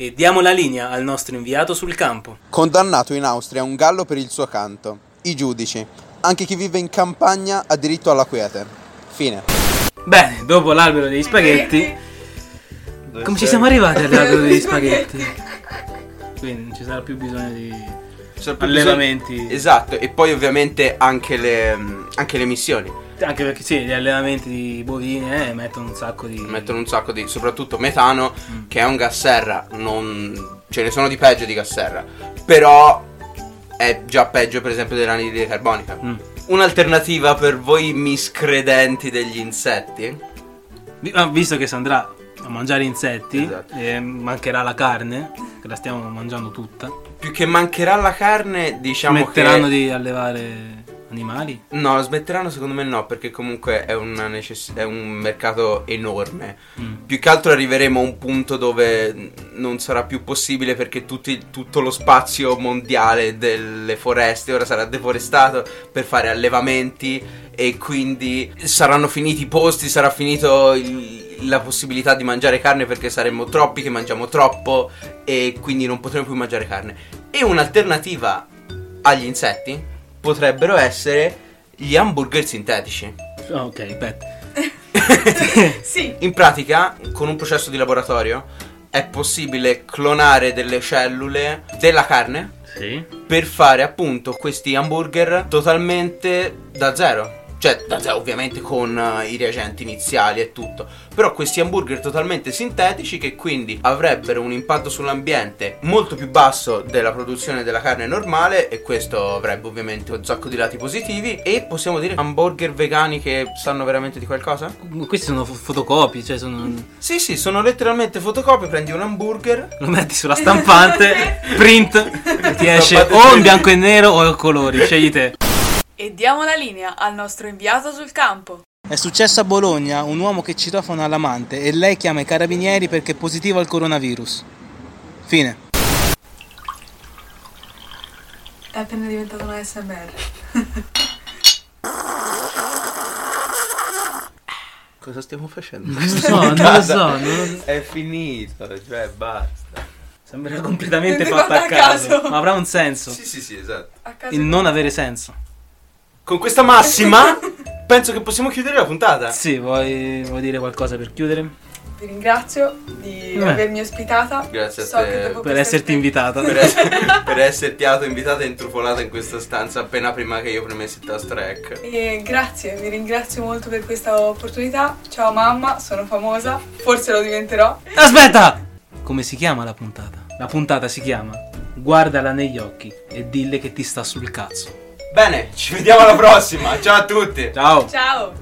[SPEAKER 1] E diamo la linea al nostro inviato sul campo.
[SPEAKER 4] Condannato in Austria un gallo per il suo canto. I giudici. Anche chi vive in campagna ha diritto alla quiete. Fine.
[SPEAKER 1] Bene, dopo l'albero degli spaghetti. Come ci siamo arrivati all'albero
[SPEAKER 3] [LAUGHS]
[SPEAKER 1] degli spaghetti? Quindi non ci sarà più bisogno di Cioè, allevamenti.
[SPEAKER 3] Esatto, e poi ovviamente anche le, anche le missioni.
[SPEAKER 1] Anche perché sì, gli allevamenti di bovini eh, mettono un sacco di.
[SPEAKER 3] Mettono un sacco di. soprattutto metano,
[SPEAKER 1] Mm.
[SPEAKER 3] che è un gas serra. Non. ce ne sono di peggio di gas serra. Però è già peggio, per esempio, dell'anidride carbonica.
[SPEAKER 1] Mm.
[SPEAKER 3] Un'alternativa per voi miscredenti degli insetti?
[SPEAKER 1] Vi- ah, Visto che si andrà a mangiare insetti,
[SPEAKER 3] Esatto.
[SPEAKER 1] e mancherà la carne, che la stiamo mangiando tutta.
[SPEAKER 3] Più che mancherà la carne, diciamo
[SPEAKER 1] Smetteranno
[SPEAKER 3] che...
[SPEAKER 1] di allevare animali.
[SPEAKER 3] No, smetteranno secondo me no, perché comunque è, una necess- è un mercato enorme.
[SPEAKER 1] Mm.
[SPEAKER 3] Più che altro arriveremo a un punto dove non sarà più possibile perché tutti- tutto lo spazio mondiale delle foreste ora sarà deforestato per fare allevamenti e quindi saranno finiti i posti, sarà finito il- la possibilità di mangiare carne perché saremmo troppi che mangiamo troppo e quindi non potremo più mangiare carne. E un'alternativa agli insetti potrebbero essere gli hamburger sintetici.
[SPEAKER 1] Ah, Ok, aspetta.
[SPEAKER 2] Sì,
[SPEAKER 3] In pratica, con un processo di laboratorio è possibile clonare delle cellule della carne
[SPEAKER 1] Sì.
[SPEAKER 3] per fare appunto questi hamburger totalmente da zero. Cioè, da zero ovviamente con eh, i reagenti iniziali e tutto. Però questi hamburger totalmente sintetici che quindi avrebbero un impatto sull'ambiente molto più basso della produzione della carne normale e questo avrebbe ovviamente un sacco di lati positivi e possiamo dire hamburger vegani che sanno veramente di qualcosa?
[SPEAKER 1] Questi sono fo- fotocopie, cioè sono-
[SPEAKER 3] Sì, sì, sono letteralmente fotocopie, prendi un hamburger.
[SPEAKER 1] lo metti sulla stampante, print, e ti esce
[SPEAKER 3] Stampate
[SPEAKER 1] o in
[SPEAKER 3] print.
[SPEAKER 1] bianco e nero o a colori, scegli te.
[SPEAKER 2] e diamo la linea al nostro inviato sul campo.
[SPEAKER 1] È successo a Bologna un uomo che citofona all'amante e lei chiama i carabinieri perché è positivo al coronavirus. Fine.
[SPEAKER 2] È appena diventata una SMR.
[SPEAKER 3] Cosa stiamo facendo?
[SPEAKER 1] Non lo so, non lo so. non lo-
[SPEAKER 3] [LAUGHS] È finito, cioè basta.
[SPEAKER 1] Sembra completamente
[SPEAKER 2] Mi
[SPEAKER 1] fatta
[SPEAKER 2] guarda
[SPEAKER 1] a
[SPEAKER 2] a
[SPEAKER 1] caso.
[SPEAKER 2] caso.
[SPEAKER 1] Ma avrà un senso.
[SPEAKER 3] Sì, sì, sì, esatto.
[SPEAKER 2] A caso
[SPEAKER 1] Il non avere senso.
[SPEAKER 3] Con questa massima penso che possiamo chiudere la puntata.
[SPEAKER 1] Sì, vuoi, vuoi dire qualcosa per chiudere?
[SPEAKER 2] vi ringrazio di
[SPEAKER 1] Eh.
[SPEAKER 2] avermi ospitata.
[SPEAKER 3] Grazie a
[SPEAKER 2] So
[SPEAKER 3] te
[SPEAKER 2] che dopo
[SPEAKER 1] Per
[SPEAKER 2] questa
[SPEAKER 1] esserti
[SPEAKER 2] esperienza-
[SPEAKER 1] invitata.
[SPEAKER 3] Per, essere, per esserti autoinvitata e intrufolata in questa stanza appena prima che io premessi il tasto rec.
[SPEAKER 2] E grazie, vi ringrazio molto per questa opportunità. Ciao mamma, sono famosa, forse lo diventerò.
[SPEAKER 1] [LAUGHS] Aspetta! Come si chiama la puntata? La puntata si chiama Guardala negli occhi e dille che ti sta sul cazzo.
[SPEAKER 3] Bene, ci vediamo alla prossima. Ciao a tutti.
[SPEAKER 1] Ciao!
[SPEAKER 2] Ciao! Ciao!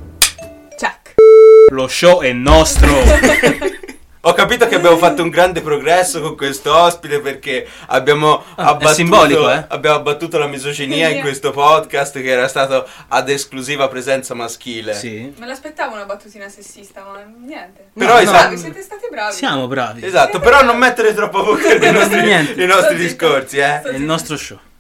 [SPEAKER 1] Lo show è nostro!
[SPEAKER 3] Ho capito che abbiamo fatto un grande progresso con questo ospite perché abbiamo
[SPEAKER 1] Ah, è
[SPEAKER 3] abbattuto,
[SPEAKER 1] simbolico, eh?
[SPEAKER 3] abbiamo abbattuto la misoginia in questo podcast che era stato ad esclusiva presenza maschile.
[SPEAKER 1] sì.
[SPEAKER 2] Me l'aspettavo una battutina sessista, ma niente.
[SPEAKER 3] Però
[SPEAKER 2] Siete
[SPEAKER 3] esatto.
[SPEAKER 2] bravi, siete stati bravi.
[SPEAKER 1] Siamo bravi. [LAUGHS]
[SPEAKER 3] Esatto, però non mettere troppo voce nei nostri,
[SPEAKER 1] Niente.
[SPEAKER 3] nei nostri
[SPEAKER 2] Sto zitta.
[SPEAKER 3] discorsi, eh.
[SPEAKER 1] È il nostro show.